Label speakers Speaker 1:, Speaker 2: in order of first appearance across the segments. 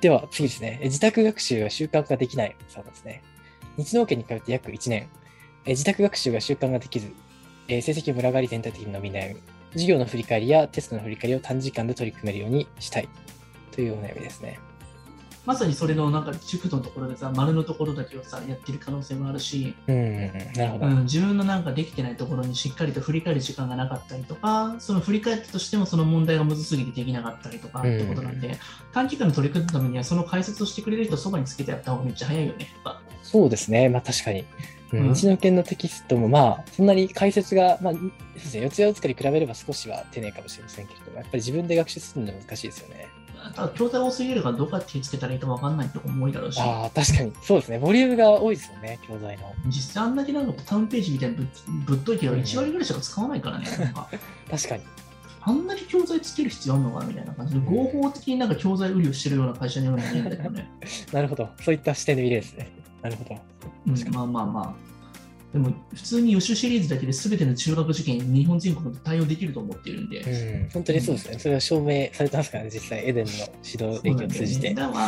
Speaker 1: では次ですね。え自宅学習が習慣化できないさんですね。日農家に通って約1年。え自宅学習が習慣ができず、えー成績ムラがり全体的に伸び悩み。授業の振り返りやテストの振り返りを短時間で取り組めるようにしたいというお悩みですね。
Speaker 2: まさにそれのなんか軸のところでさ、丸のところだけをさ、やってる可能性もあるし、
Speaker 1: うんうん、なるほど。
Speaker 2: う
Speaker 1: うん
Speaker 2: ん、自分のなんかできてないところにしっかりと振り返る時間がなかったりとか、その振り返ったとしてもその問題がむずすぎてできなかったりとかってことなんで、短期間の取り組むためには、その解説をしてくれる人をそばにつけてやった方がめっちゃ早いよね。やっぱ
Speaker 1: そうですね。まあ確かに。う
Speaker 2: うん
Speaker 1: ん、うちの県のテキストもまあそんなに解説が、まあ、そうですね四谷大塚に比べれば少しは丁寧かもしれませんけれどもやっぱり自分で学習するのは難しいですよね。
Speaker 2: ただ、教材多すぎるからどこから手つけたらいいか分かんないとこも多いだろうし、
Speaker 1: ああ確かにそうですねボリュームが多いですよね教材の
Speaker 2: 実際あんだけなんかタウンページみたいにぶっぶっといてよ、1割ぐらいしか使わないからね、なんか。
Speaker 1: 確かに
Speaker 2: あんなに教材つける必要あるのかみたいな感じで、合法的になんか教材売りをしてるような会社のように見えるんだけどね。
Speaker 1: なるほどそういった視点の入れですねなるほど
Speaker 2: うん、まあまあまあ。でも、普通に予習シリーズだけで全ての中学受験に日本全国で対応できると思っているんで。
Speaker 1: うん本当にそうですねそれは証明されてますからね実際エデンの指導
Speaker 2: そう
Speaker 1: 歴
Speaker 2: なん
Speaker 1: を
Speaker 2: だよ
Speaker 1: 通じ
Speaker 2: ね
Speaker 1: て
Speaker 2: だから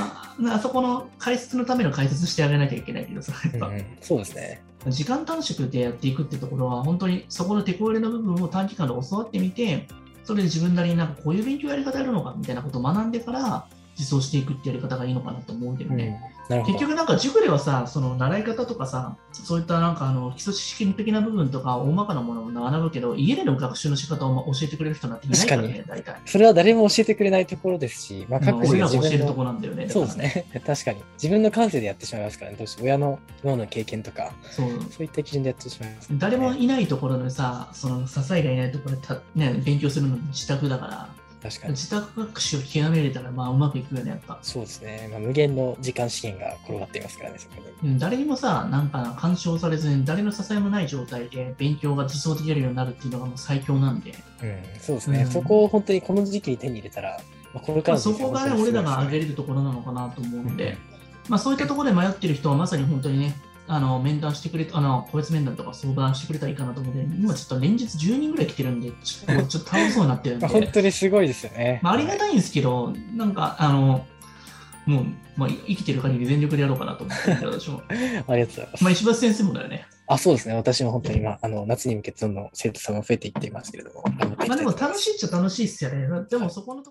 Speaker 2: まあ、あそこの解説のための解説してあげなきゃいけないけどさ、や
Speaker 1: う
Speaker 2: っ
Speaker 1: ん
Speaker 2: ぱ、
Speaker 1: うんそうですね
Speaker 2: 時間短縮でやっていくってところは、本当にそこの手こ入れの部分を短期間で教わってみて、それで自分なりになんかこういう勉強やり方やるのかみたいなことを学んでから、実装していくってやり方がいいのかなと思うけど
Speaker 1: うん
Speaker 2: ね。
Speaker 1: なるほ
Speaker 2: 結
Speaker 1: ど
Speaker 2: 局なんか塾ではさその習い方とかさそういったなんかあの基礎知識的な部分とか大まかなものも学ぶけど家での学習の仕方をま教えてくれる人なんていないからね大体
Speaker 1: それは誰も教えてくれないところですし、まあ、
Speaker 2: まあ
Speaker 1: 各自
Speaker 2: 俺
Speaker 1: が
Speaker 2: らが
Speaker 1: 自
Speaker 2: 教え
Speaker 1: 分
Speaker 2: るとこ
Speaker 1: の
Speaker 2: なんだよね
Speaker 1: そうですね 確かに自分の感性でやってしまいますからねどうしても親の脳の経験とか
Speaker 2: だからそう
Speaker 1: そういった基準でやってしまいます、
Speaker 2: 誰もいないところでさその支えがいないところでた、ね、勉強するのって自宅だか
Speaker 1: 確からに
Speaker 2: 自宅学習を極めれたらまあうまくいくよねやっぱ
Speaker 1: そうですね、まあ、無限の時間資源が転がっていますからねそこに
Speaker 2: うん誰にもさなんか干渉されずに誰の支えもない状態で勉強が自走できるようになるっていうのがもう最強なんで
Speaker 1: うん、そうですね、
Speaker 2: うん
Speaker 1: そこを本当にこの時期に手に入れたら、まあ、これから
Speaker 2: まあ
Speaker 1: の
Speaker 2: そ
Speaker 1: 人生
Speaker 2: こ
Speaker 1: は本
Speaker 2: がね、
Speaker 1: 当に
Speaker 2: 俺
Speaker 1: すご
Speaker 2: ら
Speaker 1: いですね
Speaker 2: が上げれるところなのかなと思うん
Speaker 1: う
Speaker 2: で
Speaker 1: ん、
Speaker 2: まあ、そういったところで迷ってる人は、まさに本当にね、あの面談してくれあの個別面談とか相談してくれたらいいかなと思って、今ちょっと連日10人ぐらい来てるんで、ちょっとちょっと倒れそうになってるん
Speaker 1: まあ、 本
Speaker 2: で、
Speaker 1: 当にすごいですよね。
Speaker 2: まあ、ありがたいんですけど、なんか、あのもう、まあ、生きてる限り全力でやろうかなと思ってるんで、私も。
Speaker 1: ありがとうございます。
Speaker 2: まあ、石橋先生もだよね。
Speaker 1: あ、そうですね。私も本当に、まあ、あの夏に向けてどんどん生徒さんも増えていっていますけれども。頑張っていき
Speaker 2: まあ、
Speaker 1: たいと思
Speaker 2: でも
Speaker 1: います
Speaker 2: 楽しいっちゃ楽しいっすよね。でもそこのとこ